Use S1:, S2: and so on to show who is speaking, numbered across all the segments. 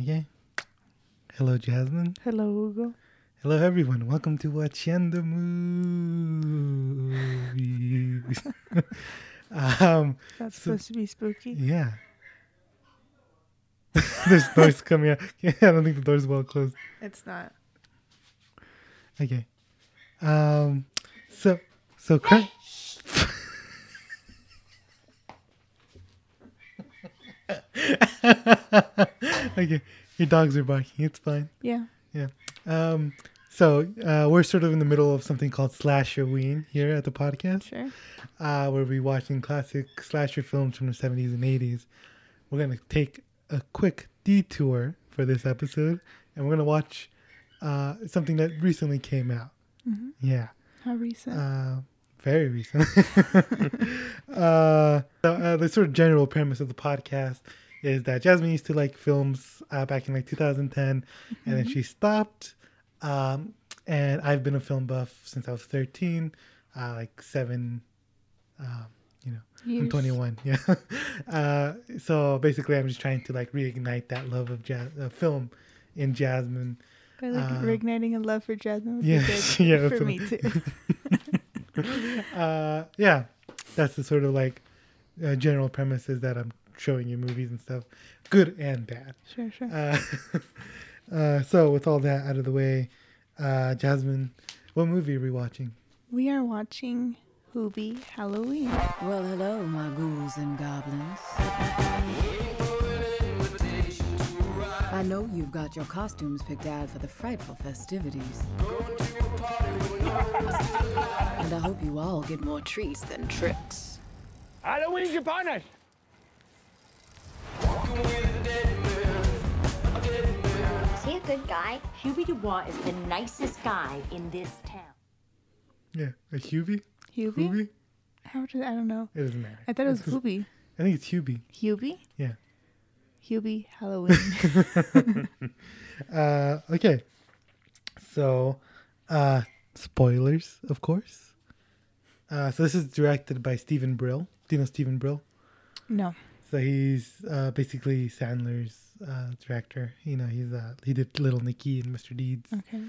S1: Okay. Hello, Jasmine.
S2: Hello, Hugo.
S1: Hello, everyone. Welcome to Watching the Movies. um,
S2: That's
S1: So-
S2: supposed to be spooky.
S1: yeah. There's doors coming out. Yeah, I don't think the door's well closed.
S2: It's not.
S1: Okay. Um. So so Craig. okay, your dogs are barking. It's fine.
S2: Yeah.
S1: Um. So uh, we're sort of in the middle of something called Slasherween here at the podcast,
S2: Sure.
S1: uh, where we're watching classic slasher films from the '70s and '80s. We're gonna take a quick detour for this episode, and we're gonna watch uh, something that recently came out.
S2: hmm
S1: Yeah.
S2: How recent?
S1: Uh, very recent. uh, so, uh, the sort of general premise of the podcast is that Jasmine used to like films uh, back in like 2010, and then she stopped. Um, and I've been a film buff since I was 13, uh, like seven. Um, you know, I'm
S2: Years.
S1: 21. Yeah. uh, so basically, I'm just trying to like reignite that love of jazz, uh, film in Jasmine.
S2: By like
S1: uh,
S2: reigniting a love for Jasmine would
S1: yeah,
S2: be good
S1: yeah, that's
S2: for
S1: what I-
S2: me too.
S1: uh, yeah, that's the sort of like uh, general premises that I'm showing you movies and stuff, good and bad.
S2: Sure, sure.
S1: Uh, uh, so with all that out of the way, uh, Jasmine, what movie are we watching?
S2: We are watching Hoobie Halloween.
S3: Well, hello, my ghouls and goblins. I know you've got your costumes picked out for the frightful festivities. And I hope you all get more treats than tricks.
S4: Halloween's upon us.
S5: Is he a good guy? Hubie Dubois is the nicest guy in this town.
S1: Yeah, a Hubie.
S2: Hubie?
S1: Hubie.
S2: How did I don't know.
S1: It doesn't matter.
S2: I thought it was
S1: It's just-
S2: Hoobie.
S1: I think it's Hubie.
S2: Hubie?
S1: Yeah.
S2: Hubie Halloween.
S1: Uh, okay. So, uh, spoilers, of course. Uh, so this is directed by Stephen Brill. Do you know Stephen Brill?
S2: no.
S1: So he's uh, basically Sandler's uh, director. You know, he's uh, he did Little Nicky and Mr. Deeds.
S2: Okay.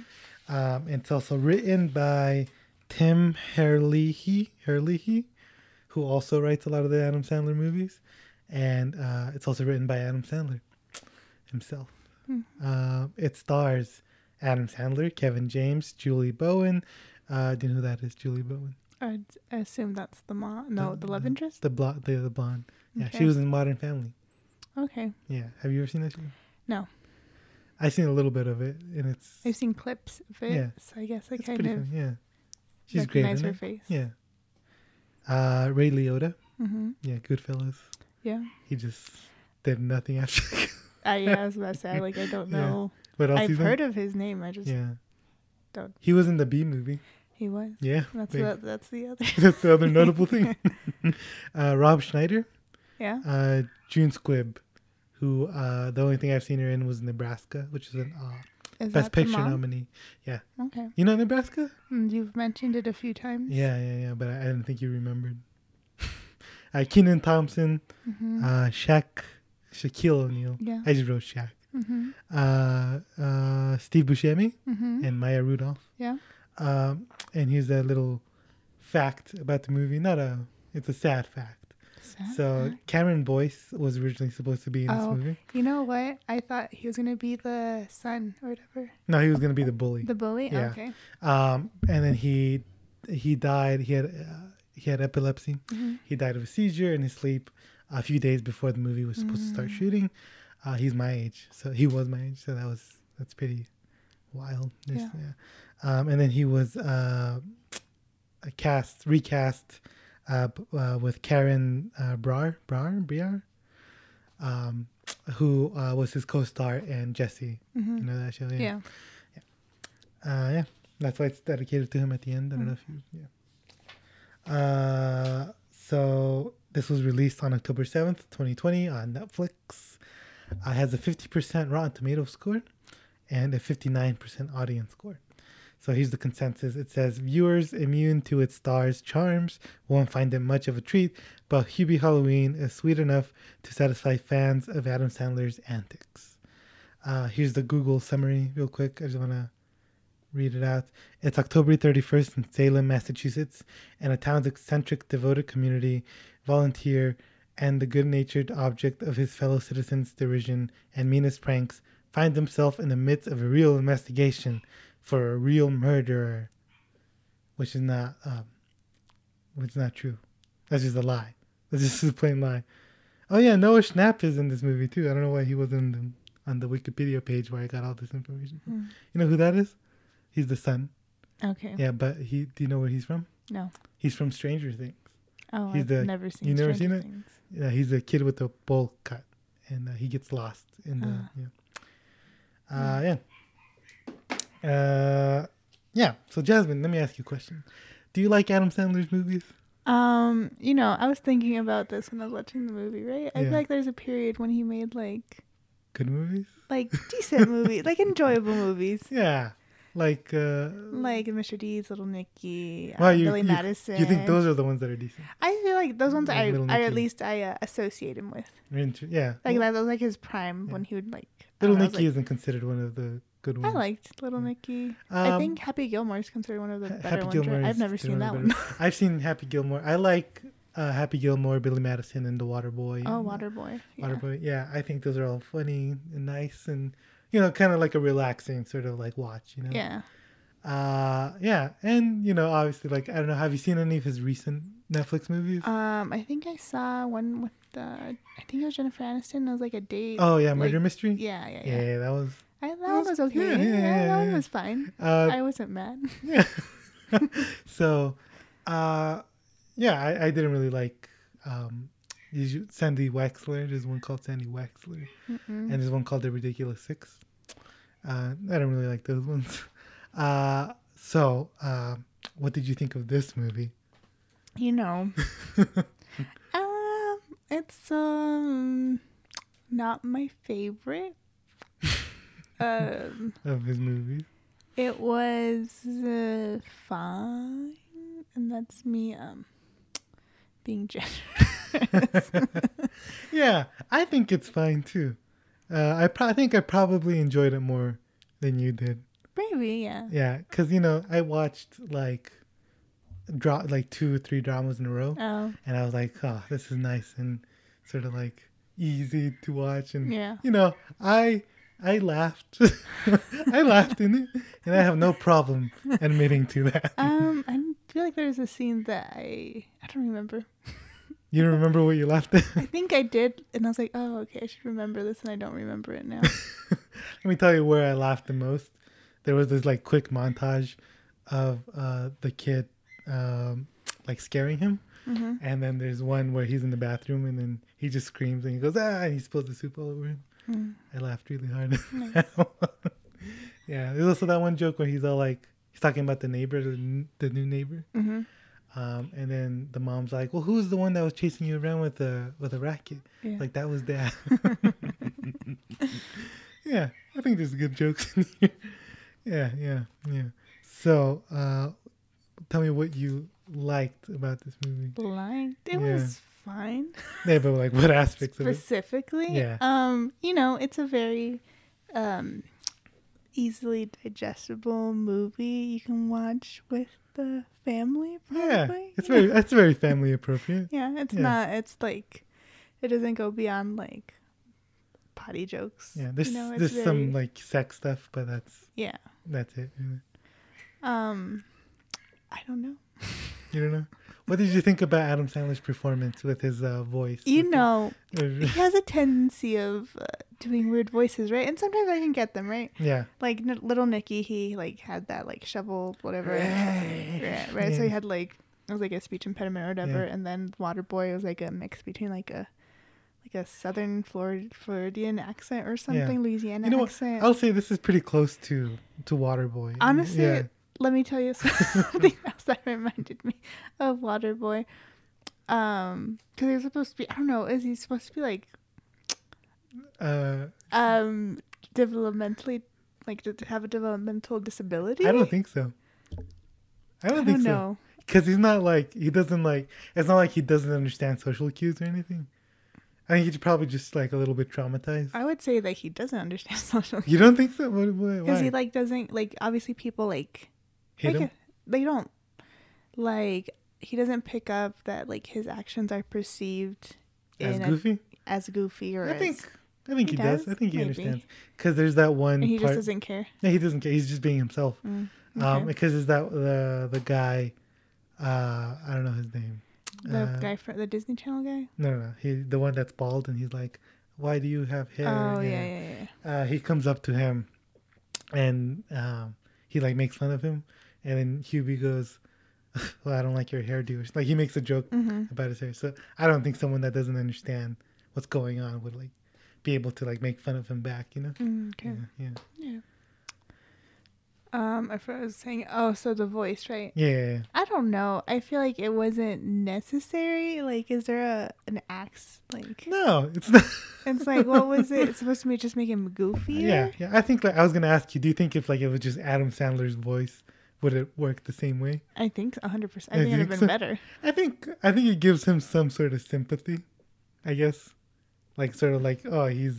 S1: Um, and it's also written by Tim Herlihy, Herlihy, who also writes a lot of the Adam Sandler movies, and uh, it's also written by Adam Sandler himself. Um, it stars Adam Sandler, Kevin James, Julie Bowen. Uh, do you know who that is? Julie Bowen,
S2: I'd assume that's the mom. No, the love interest?
S1: the blo- the, the blonde. Yeah, she
S2: Okay.
S1: was in Modern Family.
S2: Okay.
S1: Yeah, have you ever seen that show?
S2: No.
S1: I've seen a little bit of it, and it's
S2: I've seen clips of it,
S1: Yeah.
S2: so I guess I
S1: it's
S2: kind
S1: pretty
S2: of
S1: fun. Yeah, she's great.
S2: recognize
S1: in
S2: her
S1: it.
S2: face.
S1: Yeah. Uh, Ray Liotta.
S2: Mm-hmm.
S1: Yeah, Goodfellas.
S2: Yeah.
S1: He just did nothing after.
S2: I, yeah, I was about to say, like, I don't
S1: Yeah.
S2: know.
S1: what else?
S2: I've
S1: he's
S2: heard of his name. I just
S1: In? Yeah.
S2: don't-
S1: He was in the B movie.
S2: he was.
S1: Yeah.
S2: That's
S1: Wait,
S2: the, that's the other.
S1: that's the other notable thing. uh, Rob Schneider,
S2: Yeah.
S1: uh, June Squibb, who uh, the only thing I've seen her in was Nebraska, which is an uh,
S2: Is
S1: Best
S2: that the
S1: Picture
S2: mom?
S1: nominee. Yeah.
S2: Okay.
S1: You know Nebraska?
S2: Mm, You've mentioned it a few times.
S1: Yeah, yeah, yeah. But I, I didn't think you remembered. uh, Keenan Thompson, uh, Shaq, Shaquille O'Neal.
S2: Mm-hmm. Yeah.
S1: I just wrote Shaq.
S2: Mm-hmm.
S1: uh, uh, Steve Buscemi
S2: Mm-hmm.
S1: and Maya Rudolph.
S2: Yeah.
S1: Um, and here's a little fact about the movie. Not a, it's a sad fact.
S2: Sad
S1: So Cameron Boyce was originally supposed to be in this
S2: Oh.
S1: movie.
S2: You know what? I thought he was gonna be the son or whatever,
S1: No, he was gonna be the bully.
S2: the bully.
S1: Yeah.
S2: Okay.
S1: Um, and then he he died. He had uh, he had epilepsy.
S2: Mm-hmm.
S1: He died of a seizure in his sleep a few days before the movie was supposed to start
S2: Mm.
S1: shooting. Uh, he's my age, so he was my age. So that was that's pretty wild. Just-
S2: Yeah.
S1: yeah. Um, and then he was uh, a cast recast uh, b- uh, with Karen uh, Brar Brar Briar, um, who uh, was his co-star and Jesse. You know that show,
S2: Mm-hmm. Yeah.
S1: uh, yeah, that's why it's dedicated to him at the end. I don't know if you, yeah. Uh, so this was released on October seventh, twenty twenty, on Netflix. Uh, it has a fifty percent Rotten Tomato score and a fifty nine percent audience score. So here's the consensus. It says viewers immune to its star's charms won't find it much of a treat, but Hubie Halloween is sweet enough to satisfy fans of Adam Sandler's antics. Uh, here's the Google summary, real quick. I just want to read it out. It's October 31st in Salem, Massachusetts, and a town's eccentric, devoted community volunteer and the good natured object of his fellow citizens' derision and meanest pranks finds himself in the midst of a real investigation for a real murderer, which is not, um, which is not true. That's just a lie. That's just a plain lie. Oh yeah, Noah Schnapp is in this movie too. I don't know why he wasn't in the, on the Wikipedia page where I got all this information. from. You know who that is? He's the son.
S2: Okay.
S1: Yeah, but he. Do you know where he's from?
S2: No.
S1: He's from Stranger Things.
S2: Oh,
S1: He's
S2: I've
S1: the-
S2: never seen.
S1: you never
S2: Stranger
S1: seen it?
S2: Things.
S1: Yeah, he's a kid with a bowl cut, and uh, he gets lost in the
S2: Uh-huh.
S1: yeah. Uh, yeah. Uh, yeah. So Jasmine, let me ask you a question. Do you like Adam Sandler's movies?
S2: Um, you know, I was thinking about this when I was watching the movie, right? I
S1: Yeah.
S2: feel like there's a period when he made like
S1: Good movies?
S2: like decent movies, like enjoyable movies,
S1: Yeah. Like uh
S2: like Mr. D's, Little Nicky, uh,
S1: wow, you,
S2: Billy
S1: you,
S2: Madison.
S1: you think those are the ones that are decent?
S2: I feel like those ones
S1: Like
S2: I,
S1: Little
S2: I
S1: Nicky.
S2: at least I uh, associate him with.
S1: They're inter- Yeah.
S2: Like that was like his prime when he would like. I
S1: Little
S2: don't know, I was
S1: Nicky
S2: like-
S1: isn't considered one of the good
S2: I
S1: ones.
S2: liked Little Nicky. I
S1: Um,
S2: think Happy Gilmore is considered one of the
S1: Ha-
S2: better ones. right?
S1: is
S2: I've never
S1: still
S2: seen that
S1: one of
S2: one.
S1: the better- I've seen Happy Gilmore. I like uh, Happy Gilmore, Billy Madison, and The Water Boy.
S2: Oh,
S1: and, uh,
S2: Waterboy. Yeah.
S1: Waterboy. Yeah, I think those are all funny and nice and you know, kind of like a relaxing sort of like watch, you know.
S2: yeah.
S1: Uh yeah, and you know, obviously like I don't know, have you seen any of his recent Netflix movies?
S2: Um, I think I saw one with the. I think it was Jennifer Aniston. It was like a date.
S1: oh yeah, Murder
S2: like-
S1: Mystery?
S2: Yeah, yeah,
S1: yeah.
S2: yeah.
S1: that was
S2: I, that one was okay.
S1: yeah,
S2: Yeah,
S1: yeah, yeah,
S2: that one
S1: yeah.
S2: was fine.
S1: uh
S2: I wasn't mad.
S1: yeah. so uh yeah, I, I didn't really like um you should- Sandy Wexler. There's one called Sandy Wexler. And there's one called The Ridiculous Six. Uh, I don't really like those ones. Uh, so, uh, what did you think of this movie?
S2: You know. um, it's um, not my favorite. um,
S1: Of his movie?
S2: it was uh, fine, and that's me um being generous.
S1: Yeah, I think it's fine too. Uh, I, pro- I think I probably enjoyed it more than you did.
S2: Maybe, yeah.
S1: Yeah, because, you know, I watched like dra- like two or three dramas in a row.
S2: Oh,
S1: and I was like, oh, this is nice and sort of like easy to watch, and
S2: Yeah.
S1: you know, I I laughed, I laughed in it, and I have no problem admitting to that.
S2: um, I feel like there's a scene that I I don't remember.
S1: you don't remember what you laughed at?
S2: I think I did, and I was like, oh, okay, I should remember this, and I don't remember it now.
S1: Let me tell you where I laughed the most. There was this like quick montage of uh, the kid um, like scaring him. And then there's one where he's in the bathroom and then he just screams and he goes, ah, and he spills the soup all over him. I laughed really hard. at that one. yeah, there's also that one joke where he's all like, he's talking about the neighbor, the, n- the new neighbor.
S2: Mm-hmm.
S1: Um, and then the mom's like, well, who's the one that was chasing you around with a, with a racket?
S2: Yeah.
S1: Like, that was dad. yeah, I think there's good jokes in here. Yeah, yeah, yeah. So, uh, tell me what you liked about this movie.
S2: Blind. It
S1: Yeah.
S2: was fine.
S1: Yeah, but like what aspects of it?
S2: Specifically,
S1: Yeah.
S2: um, you know, it's a very um easily digestible movie you can watch with the family
S1: Yeah,
S2: probably.
S1: it's
S2: you
S1: very
S2: know?
S1: that's very family appropriate.
S2: Yeah, it's
S1: Yeah.
S2: not it's like it doesn't go beyond like potty jokes.
S1: Yeah, there's
S2: you know, it's
S1: there's some
S2: very-
S1: like sex stuff, but that's
S2: Yeah.
S1: that's it. really.
S2: Um I don't know.
S1: You don't know. What did you think about Adam Sandler's performance with his uh, voice?
S2: You
S1: With
S2: know,
S1: the-
S2: he has a tendency of uh, doing weird voices, right? And sometimes I can get them, right?
S1: yeah,
S2: like n- little Nicky, he like had that like shovel, whatever, right? right? So he
S1: Yeah.
S2: had like it was like a speech impediment or whatever,
S1: Yeah.
S2: and then Waterboy was like a mix between like a like a Southern Flor- Floridian accent or something, Louisiana
S1: you know what?
S2: accent.
S1: I'll say this is pretty close to to Waterboy.
S2: Honestly,
S1: yeah,
S2: let me tell you something else that reminded me of Waterboy. Um, because he was supposed to be, I don't know, is he supposed to be like
S1: uh,
S2: um developmentally like to have a developmental disability?
S1: I don't think so. I don't
S2: I
S1: think
S2: don't
S1: so.
S2: know.
S1: Because he's not like he doesn't like. It's not like he doesn't understand social cues or anything. I think he's probably just like a little bit traumatized.
S2: I would say that he doesn't understand social
S1: You don't think so? What, what,
S2: because
S1: why?
S2: he like doesn't like obviously people like
S1: Hit
S2: like,
S1: him?
S2: they don't like he doesn't pick up that like his actions are perceived
S1: As
S2: in a-
S1: goofy?
S2: as goofy or
S1: I
S2: as,
S1: think. I think he,
S2: He
S1: does.
S2: does,
S1: I think he
S2: maybe.
S1: understands. Because there's that one
S2: and he
S1: part.
S2: just doesn't Mm, care.
S1: Yeah, he doesn't care. He's just being himself. Um, because is that the the guy? Uh, I don't know his name.
S2: The
S1: Uh,
S2: guy from the Disney Channel guy.
S1: No, no, no. He the one that's bald, and he's like, "Why do you have hair?"
S2: Oh yeah,
S1: Yeah.
S2: yeah, yeah.
S1: Uh, he comes up to him, and um, he like makes fun of him, and then Hubie goes, "Well, I don't like your hairdo." or s- Like he makes a joke
S2: Mm-hmm.
S1: about his hair. So I don't think someone that doesn't understand what's going on would like be able to like make fun of him back. You know?
S2: Mm, Okay.
S1: Yeah.
S2: Um, I forgot what I was saying. Oh, so the voice, right?
S1: Yeah. yeah, yeah.
S2: I don't know. I feel like it wasn't necessary. Like, is there a an axe? Like,
S1: No, it's not.
S2: it's like, what was it It's supposed to be? Just make him goofier?
S1: Yeah, yeah. I think like I was gonna ask you. Do you think if like it was just Adam Sandler's voice, would it work the same way?
S2: I think 100. percent
S1: I
S2: I think it'd have
S1: think
S2: been
S1: so.
S2: better.
S1: I think I think it gives him some sort of sympathy, I guess. Like sort of like oh he's,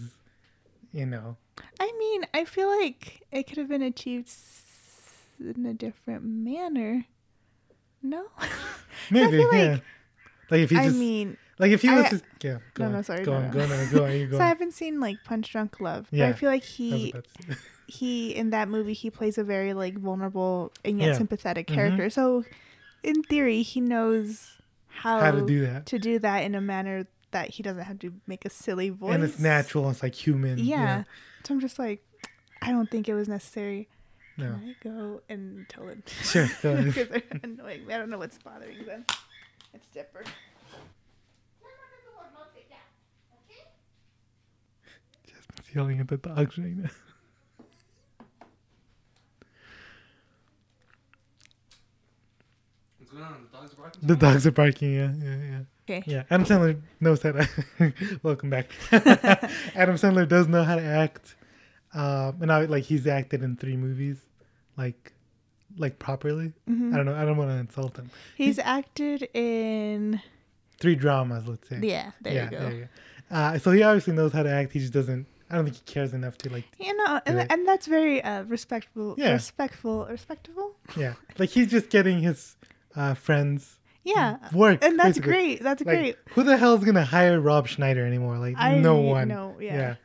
S1: you know,
S2: I mean, I feel like it could have been achieved s- in a different manner. No,
S1: maybe
S2: feel like-
S1: yeah. Like, if he
S2: I
S1: just
S2: mean,
S1: like if he was
S2: I-
S1: just yeah. Go
S2: no,
S1: on.
S2: no, sorry,
S1: Go
S2: no,
S1: on,
S2: no.
S1: go on, no, go on. You go.
S2: so I
S1: on.
S2: haven't seen like Punch Drunk Love, but
S1: Yeah,
S2: I feel
S1: I
S2: like
S1: was
S2: he
S1: about to say-
S2: he in that movie he plays a very like vulnerable and yet
S1: Yeah. Mm-hmm.
S2: sympathetic character. So in theory, he knows how,
S1: How to do that.
S2: to do that in a manner that he doesn't have to make a silly voice.
S1: and it's natural. It's like human.
S2: Yeah.
S1: you know?
S2: So I'm just like, I don't think it was necessary.
S1: No.
S2: Can I go and tell him?
S1: Sure. Go on.
S2: Because they're annoying me. I don't know what's bothering them. It's Dipper.
S1: Jasmine's yelling at the dogs right now.
S6: What's going on? The dogs are barking?
S1: The dogs are barking. Yeah, yeah, yeah.
S2: Okay.
S1: Yeah, Adam Sandler knows how to. Welcome back. Adam Sandler does know how to act, um, and I like he's acted in three movies, like, like properly.
S2: Mm-hmm.
S1: I don't know. I don't want to insult him.
S2: He's acted in.
S1: Three dramas, let's say.
S2: Yeah. There you go.
S1: you go. Uh, so he obviously knows how to act. He just doesn't. I don't think he cares enough to like.
S2: You know, and,
S1: Yeah.
S2: and that's very uh, respectful.
S1: Yeah.
S2: Respectful. Respectable?
S1: Yeah, like he's just getting his uh, friends.
S2: Yeah.
S1: Work,
S2: And that's
S1: basically.
S2: great. That's
S1: Like,
S2: great.
S1: who the hell is gonna hire Rob Schneider anymore? Like,
S2: I
S1: no one.
S2: know, yeah.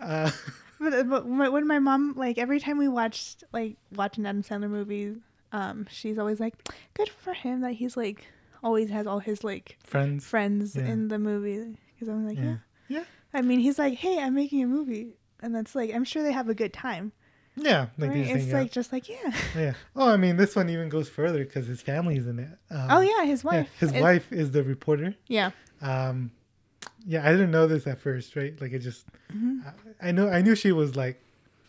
S1: Uh,
S2: But, but my- when my mom, like, every time we watched, like, watching Adam Sandler movies, um, she's always like, good for him that he's, like, always has all his, like,
S1: friends.
S2: friends
S1: Yeah.
S2: in the movie. Because I'm like, yeah.
S1: Yeah. Yeah.
S2: I mean, he's like, hey, I'm making a movie. And that's like, I'm sure they have a good time.
S1: Yeah. Like
S2: right?
S1: they just
S2: It's
S1: hang out.
S2: like, just like, yeah.
S1: Yeah. Oh, I mean, this one even goes further because his family's in it. Um,
S2: Oh, yeah, his wife.
S1: his
S2: It-
S1: wife is the reporter.
S2: Yeah.
S1: Um, yeah, I didn't know this at first, right? Like, it just,
S2: Mm-hmm.
S1: I, I know, I knew she was like,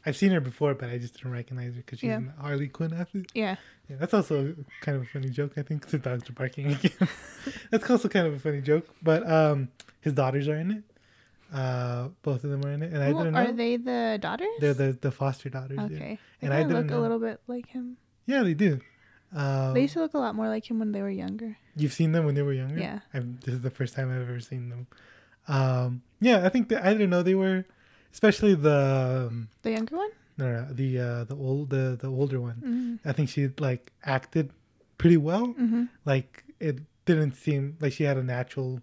S1: I've seen her before, but I just didn't recognize her because she's
S2: Yeah.
S1: an Harley Quinn athlete.
S2: Yeah.
S1: Yeah, that's also kind of a funny joke. I think the dogs are barking again. that's also kind of a funny joke. But um, his daughters are in it. Uh, both of them are in it, and I
S2: Well,
S1: didn't know
S2: are they the daughters?
S1: they're the the foster daughters. yeah.
S2: Okay. They
S1: And I
S2: kinda
S1: didn't
S2: look
S1: know.
S2: a little bit like him.
S1: Yeah, they do. Um,
S2: They used to look a lot more like him when they were younger.
S1: You've seen them when they were younger.
S2: Yeah.
S1: I've, this is the first time I've ever seen them. Um, yeah, I think that, I don't know they were, especially the um,
S2: The younger one? Mm-hmm.
S1: no, no, no, the uh, the old the, the older one. I think she like acted pretty well. Like it didn't seem like she had a natural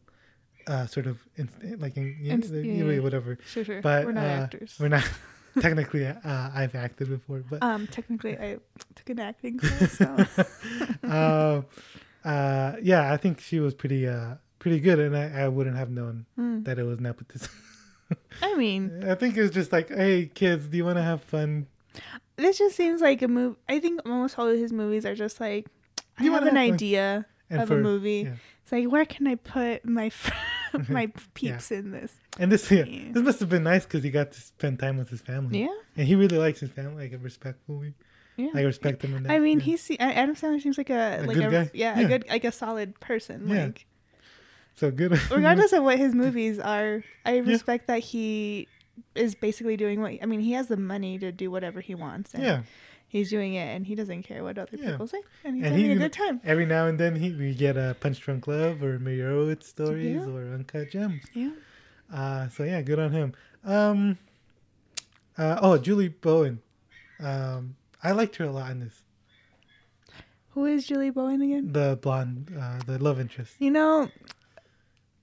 S1: uh, sort of instinct, like in, you know,
S2: Inst- yeah, yeah.
S1: whatever.
S2: Sure, sure.
S1: But
S2: we're not
S1: uh,
S2: actors.
S1: We're not technically. Uh, I've acted before, but
S2: Um, technically, I took an acting class. So.
S1: uh, uh, yeah, I think she was pretty uh, pretty good, and I, I wouldn't have known
S2: Hmm.
S1: that it was nepotism.
S2: I mean,
S1: I think it was just like, hey, kids, do you want to have fun?
S2: this just seems like a movie. I think almost all of his movies are just like, I
S1: You
S2: have
S1: wanna
S2: an
S1: have fun.
S2: idea
S1: And
S2: of
S1: for-
S2: a movie.
S1: yeah.
S2: It's like, where can I put my fr- my peeps in this?
S1: And this yeah,
S2: Yeah.
S1: this must have been nice because he got to spend time with his family.
S2: Yeah.
S1: and he really likes his family, like respectfully.
S2: Yeah.
S1: I respect him. In that.
S2: I mean,
S1: yeah.
S2: he se- Adam Sandler seems like a,
S1: A
S2: like
S1: good
S2: a
S1: guy?
S2: Yeah,
S1: Yeah.
S2: a good like a solid person.
S1: Yeah.
S2: Like
S1: so good.
S2: regardless of what his movies are, I respect that he is basically doing what I mean. He has the money to do whatever he wants. And
S1: yeah,
S2: he's doing it, and he doesn't care what other
S1: Yeah.
S2: people say, and he's
S1: and
S2: having
S1: he
S2: a good time.
S1: Every now and then, he we get a Punch Drunk Love or Mayor Oates stories
S2: Yeah.
S1: or Uncut Gems.
S2: Yeah.
S1: Uh, so yeah, good on him. Um, uh, oh, Julie Bowen. Um, I liked her a lot in this.
S2: Who is Julie Bowen again?
S1: The blonde, uh, the love interest.
S2: You know,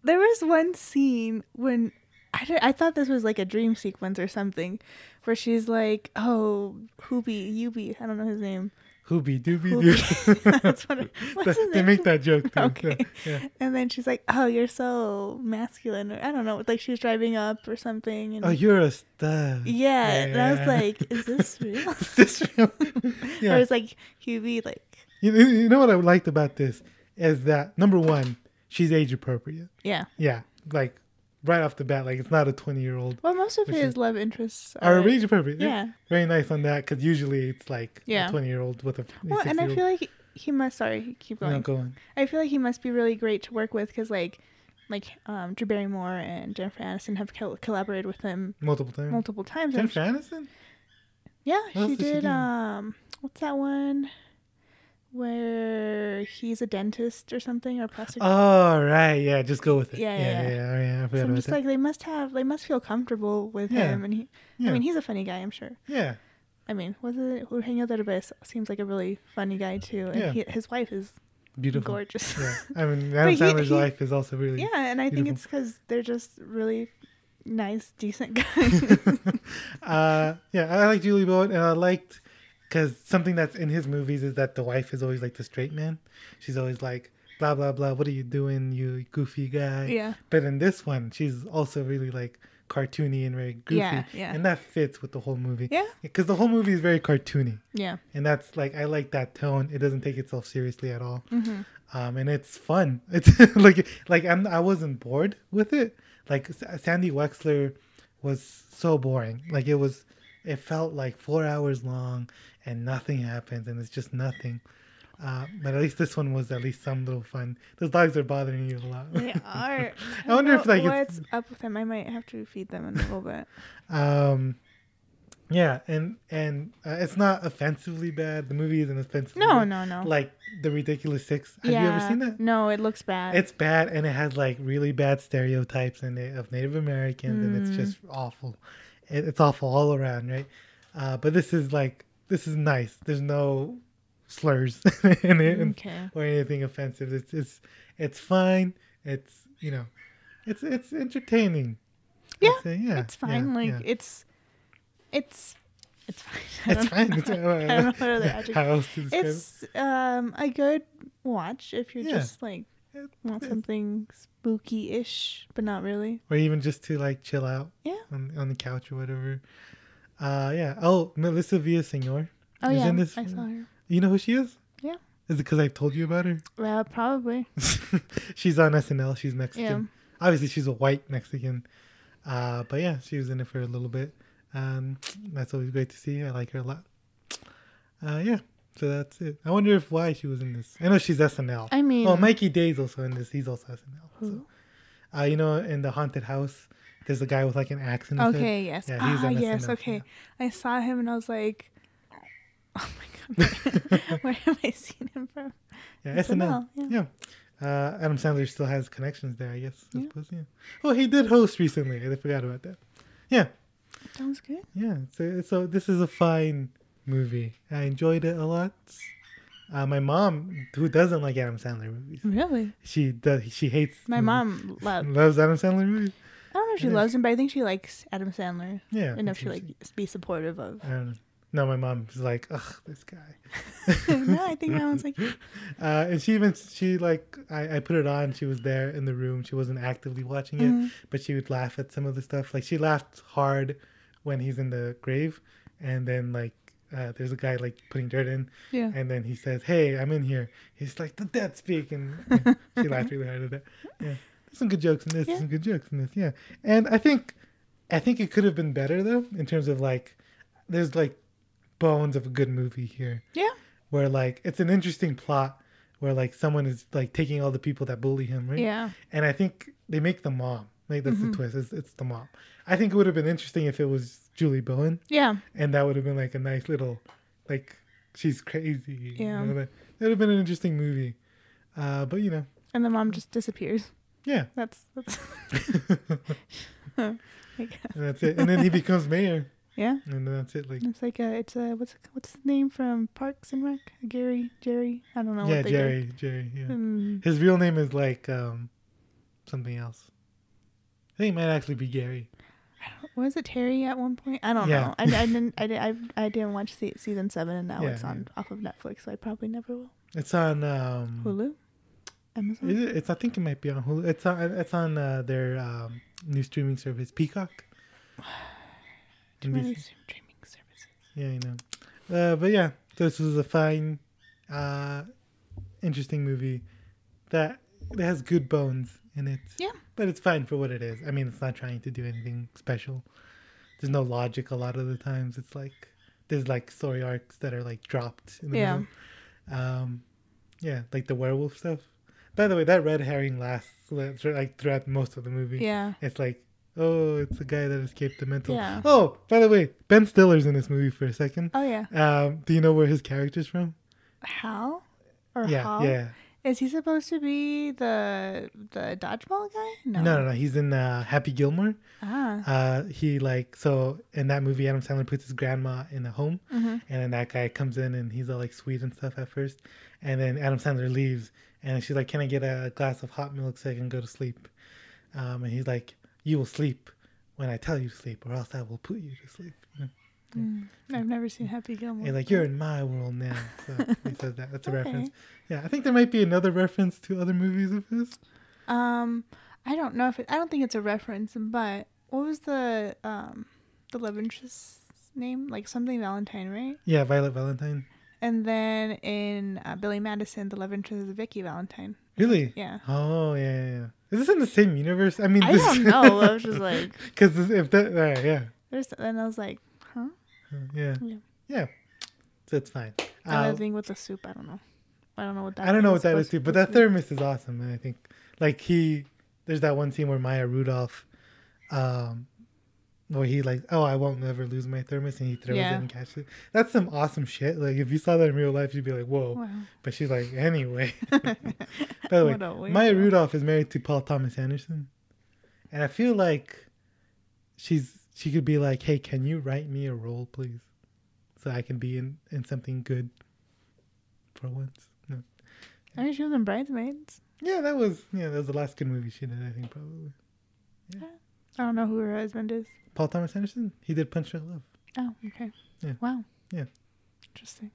S2: there was one scene when I, did, I thought this was like a dream sequence or something, where she's like, "Oh, Hoobie, Yubi, I don't know his name."
S1: Hoobie doobie
S2: Hoobie.
S1: doo.
S2: That's what. I- What's his
S1: they
S2: name?
S1: make that joke. Too.
S2: Okay.
S1: Yeah.
S2: And then she's like, "Oh, you're so masculine." Or, I don't know, like she was driving up or something. And
S1: Oh, you're a stud.
S2: yeah, and I was
S1: Yeah.
S2: like, "Is this real?"
S1: Is this real? yeah.
S2: I was like, "Hubie, like,
S1: You, you know what I liked about this is that number one, she's age appropriate.
S2: yeah."
S1: Yeah, like right off the bat, like it's not a twenty year old.
S2: Well, most of
S1: Which
S2: his
S1: is-
S2: love interests
S1: Are
S2: are.
S1: age appropriate?
S2: yeah.
S1: very nice on that because usually it's like
S2: Yeah.
S1: a twenty year old with a
S2: well, and I feel like he must. Sorry, keep going.
S1: no, go on.
S2: I feel like he must be really great to work with because, like, like um, Drew Barrymore and Jennifer Aniston have col- collaborated with him
S1: multiple times.
S2: multiple times. and
S1: Hmm. Jennifer Aniston.
S2: Yeah,
S1: else
S2: she
S1: did she
S2: did.
S1: do?
S2: um, what's that one where he's a dentist or something or plastic?
S1: Oh right, yeah, just go with it.
S2: Yeah, yeah,
S1: yeah, yeah.
S2: yeah.
S1: yeah, yeah, I forgot
S2: so I'm
S1: about
S2: just
S1: that.
S2: like they must have, they must feel comfortable with
S1: Yeah.
S2: him, and he.
S1: Yeah.
S2: I mean, he's a funny guy, I'm sure.
S1: yeah,
S2: I mean, was it Eugenio Derbez seems like a really funny guy too, and
S1: Yeah.
S2: he, his wife is
S1: beautiful.
S2: gorgeous.
S1: Yeah, I mean Adam
S2: he-
S1: Sandler's
S2: he-
S1: life is also really.
S2: Yeah, and I think
S1: Beautiful.
S2: it's because they're just really nice, decent guys.
S1: uh, yeah, I like Julie Bowen, and I liked because something that's in his movies is that the wife is always like the straight man. She's always like blah blah blah. What are you doing, you goofy guy?
S2: Yeah.
S1: But in this one, she's also really like cartoony and very goofy.
S2: Yeah, yeah.
S1: And that fits with the whole movie.
S2: Yeah.
S1: Because the whole movie is very cartoony,
S2: yeah,
S1: and that's like I like that tone. It doesn't take itself seriously at all.
S2: Mm-hmm.
S1: Um, and it's fun. It's like like I'm I wasn't bored with it. Like S- Sandy Wexler was so boring. Like it was, it felt like four hours long and nothing happens and it's just nothing. Uh, but at least this one was at least some little fun. Those dogs are bothering you a lot.
S2: they are.
S1: I wonder if,
S2: don't know
S1: like, it's-
S2: what's up with them. I might have to feed them in a little bit.
S1: um, yeah, and and uh, it's not offensively bad. The movie isn't offensively
S2: No,
S1: bad.
S2: no, no.
S1: Like the ridiculous six. Have
S2: yeah.
S1: you ever seen that?
S2: No, it looks bad.
S1: It's bad, and it has like really bad stereotypes in it of Native Americans, and it's just
S2: Mm.
S1: awful. It, it's awful all around, right? Uh, but this is like this is nice. There's no slurs in it and-
S2: Okay.
S1: or anything offensive. It's it's it's fine. It's you know, it's it's entertaining.
S2: Yeah,
S1: I'd say, yeah,
S2: it's fine.
S1: yeah,
S2: like
S1: yeah.
S2: it's, it's, it's fine. I
S1: it's
S2: don't-
S1: fine. It's,
S2: I don't know what other
S1: How
S2: adjective.
S1: else to describe it?
S2: It's um a good watch if you're
S1: Yeah.
S2: just like want something spooky-ish, but not really.
S1: or even just to like chill out
S2: Yeah.
S1: on, on the couch or whatever. Uh, yeah. Oh, Melissa Villaseñor.
S2: Oh
S1: is
S2: yeah,
S1: in this
S2: I saw
S1: film.
S2: her.
S1: You know who she is?
S2: Yeah.
S1: Is it because I told you about her?
S2: Uh, probably.
S1: she's on SNL. She's Mexican. Obviously, she's a white Mexican. Uh, but yeah, she was in it for a little bit. Um, that's always great to see. I like her a lot. Uh, yeah. So that's it. I wonder if why she was in this. I know she's SNL.
S2: I mean-
S1: well, Mikey Day's also in this. He's also SNL. So, uh, you know, in the haunted house, there's a guy with like an axe in his head.
S2: Okay, yes.
S1: Yeah, he's
S2: ah,
S1: on
S2: yes,
S1: SNL,
S2: okay.
S1: yeah.
S2: I saw him and I was like, oh my God, where- where have I seen him from?
S1: Yeah, SNL.
S2: SNL,
S1: Yeah.
S2: yeah.
S1: Uh, Adam Sandler still has connections there, I guess. I
S2: Yeah.
S1: suppose, yeah. Oh, he did host recently. I forgot about that. Yeah,
S2: Sounds good.
S1: yeah. So, so this is a fine movie. I enjoyed it a lot. Uh, my mom, who doesn't like Adam Sandler movies,
S2: Really?
S1: she does. She hates.
S2: My mom loved.
S1: loves Adam Sandler movies.
S2: I don't know if she
S1: Mm. Yeah.
S2: loves him, but I think she likes Adam Sandler
S1: Yeah,
S2: enough to
S1: that's
S2: like be supportive of.
S1: I don't know. No, my mom's like, ugh, this guy.
S2: no, I think my mom's like,
S1: Uh, and she even she like I, I put it on. She was there in the room. She wasn't actively watching it,
S2: Mm-hmm.
S1: but she would laugh at some of the stuff. Like she laughed hard when he's in the grave, and then like uh, there's a guy like putting dirt in,
S2: Yeah.
S1: and then he says, "Hey, I'm in here." He's like, "The dead speak," and yeah, she laughed really hard at that. Yeah, there's some good jokes in this.
S2: Yeah.
S1: Some good jokes in this. Yeah, and I think I think it could have been better though in terms of like there's like bones of a good movie here
S2: yeah,
S1: where like it's an interesting plot where like someone is like taking all the people that bully him, right?
S2: Yeah. Mm-hmm.
S1: And I think they make the mom. Like that's the twist. It's, it's the mom. I think it would have been interesting if it was Julie Bowen,
S2: yeah.
S1: and that would have been like a nice little, like she's crazy.
S2: Yeah.
S1: You know, that, that would have been an interesting movie. Uh, but you know,
S2: And the mom just disappears.
S1: Yeah,
S2: That's that's like,
S1: and that's it. And then he becomes mayor,
S2: yeah.
S1: and then that's it. Like,
S2: It's like a, it's a what's it- what's his name from Parks and Rec? Gary, Jerry, I don't know.
S1: yeah,
S2: what they
S1: Jerry, Jerry. Yeah,
S2: Do. Mm,
S1: his real name is like um, something else. I think it might actually be Gary.
S2: was it Terry at one point? I don't
S1: Yeah.
S2: know. I, I didn't I, did, I, I didn't watch se- season seven, and now
S1: Yeah,
S2: it's on off of Netflix, so I probably never will.
S1: It's on um,
S2: Hulu, Amazon.
S1: Is it, it's I think it might be on Hulu. It's on it's on uh, their um, new streaming service, Peacock.
S2: Too many
S1: NBC.
S2: streaming services.
S1: Yeah, you know. Uh, but yeah, this was a fine, uh, interesting movie that that has good bones in it.
S2: Yeah.
S1: But it's fine for what it is. I mean, it's not trying to do anything special. There's no logic a lot of the times. It's like there's like story arcs that are like dropped in the
S2: Yeah.
S1: middle. Um, yeah, like the werewolf stuff. By the way, that red herring lasts like, thr- like throughout most of the movie.
S2: Yeah.
S1: It's like, oh, it's a guy that escaped the mental.
S2: Yeah.
S1: Oh, by the way, Ben Stiller's in this movie for a second.
S2: Oh yeah,
S1: Um, do you know where his character's from?
S2: Hal or
S1: yeah,
S2: Hal?
S1: yeah.
S2: Is he supposed to be the the dodgeball guy? No.
S1: No, no, no. He's in uh, Happy Gilmore.
S2: Ah.
S1: Uh, he like so in that movie, Adam Sandler puts his grandma in a home, and then that guy comes in and he's all like sweet and stuff at first, and then Adam Sandler leaves, and she's like, "Can I get a glass of hot milk so I can go to sleep?" Um, and he's like, "You will sleep when I tell you to sleep, or else I will put you to sleep."
S2: I've never seen Happy Gilmore.
S1: And like, "You're in my world now." So he says that. That's a reference.
S2: Okay.
S1: Yeah, I think there might be another reference to other movies of his.
S2: Um, I don't know if it, I don't think it's a reference, but what was the um the Leventress name? Like something Valentine, right?
S1: Yeah, Violet Valentine.
S2: And then in uh, Billy Madison, the Leventress is Vicky Valentine.
S1: Really?
S2: Yeah.
S1: Oh yeah, yeah. yeah. Is this in the same universe? I mean,
S2: I
S1: this...
S2: don't know. I was just like,
S1: Because if that, uh, yeah,
S2: there's, and I was like, huh?
S1: yeah,
S2: Yeah.
S1: yeah, so it's fine. Uh,
S2: Another thing with the soup. I don't know. I don't know what that.
S1: I don't
S2: thing
S1: know
S2: was
S1: what that is
S2: supposed
S1: too,
S2: to
S1: but
S2: be.
S1: that thermos is awesome, and I think like he, there's that one scene where Maya Rudolph, um, where he like, oh, I won't never lose my thermos, and he throws
S2: Yeah.
S1: it and catches it. That's some awesome shit. Like if you saw that in real life, you'd be like, whoa.
S2: Wow.
S1: But she's like, anyway. By the
S2: What a
S1: way, Maya
S2: weirdo.
S1: Rudolph is married to Paul Thomas Anderson, and I feel like she's she could be like, hey, can you write me a role, please, so I can be in in something good for once. No.
S2: I mean, she was in Bridesmaids.
S1: Yeah, that was yeah, that was the last good movie she did, I think probably.
S2: I don't know who her husband is.
S1: Paul Thomas Anderson, he did Punch Drunk Love.
S2: Oh, okay.
S1: Yeah.
S2: Wow.
S1: Yeah.
S2: Interesting.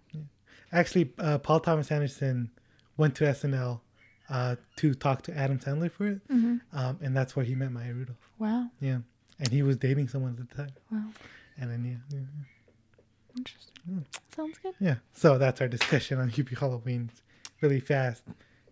S1: Actually, uh, Paul Thomas Anderson went to SNL uh, to talk to Adam Sandler for it,
S2: Mm-hmm.
S1: um, and that's where he met Maya Rudolph.
S2: Wow.
S1: Yeah, and he was dating someone at the time.
S2: Wow.
S1: And then yeah, yeah,
S2: Interesting.
S1: Hmm.
S2: Sounds good.
S1: yeah. So that's our discussion on Hubie Halloween. It's really fast.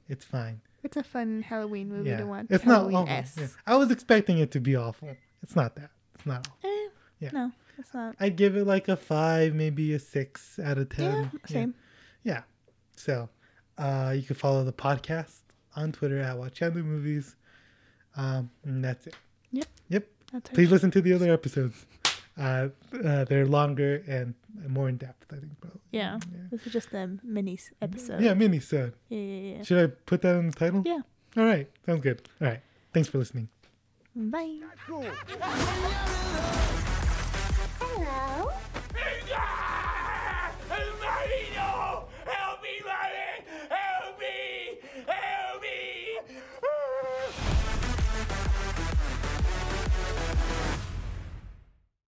S1: It's fine.
S2: It's a fun Halloween movie
S1: Yeah,
S2: to watch.
S1: it's not
S2: Halloween
S1: awful.
S2: S.
S1: Yeah. I was expecting it to be awful. It's not that. It's not. Awful.
S2: Eh,
S1: Yeah.
S2: No, it's not.
S1: I'd give it like a five, maybe a six out of
S2: Yeah,
S1: ten.
S2: same.
S1: Yeah. So uh, you can follow the podcast on Twitter at Watchando Movies. Um, and that's it.
S2: Yep.
S1: Yep.
S2: That's
S1: Please listen to the other episodes. Uh, uh, they're longer and more in depth, I think. Probably.
S2: Yeah. This is just a mini s- episode.
S1: Yeah, mini sode.
S2: Yeah, yeah, yeah.
S1: Should I put that in the title?
S2: Yeah.
S1: All right. Sounds good. All right. Thanks for listening.
S2: Bye.
S4: Cool.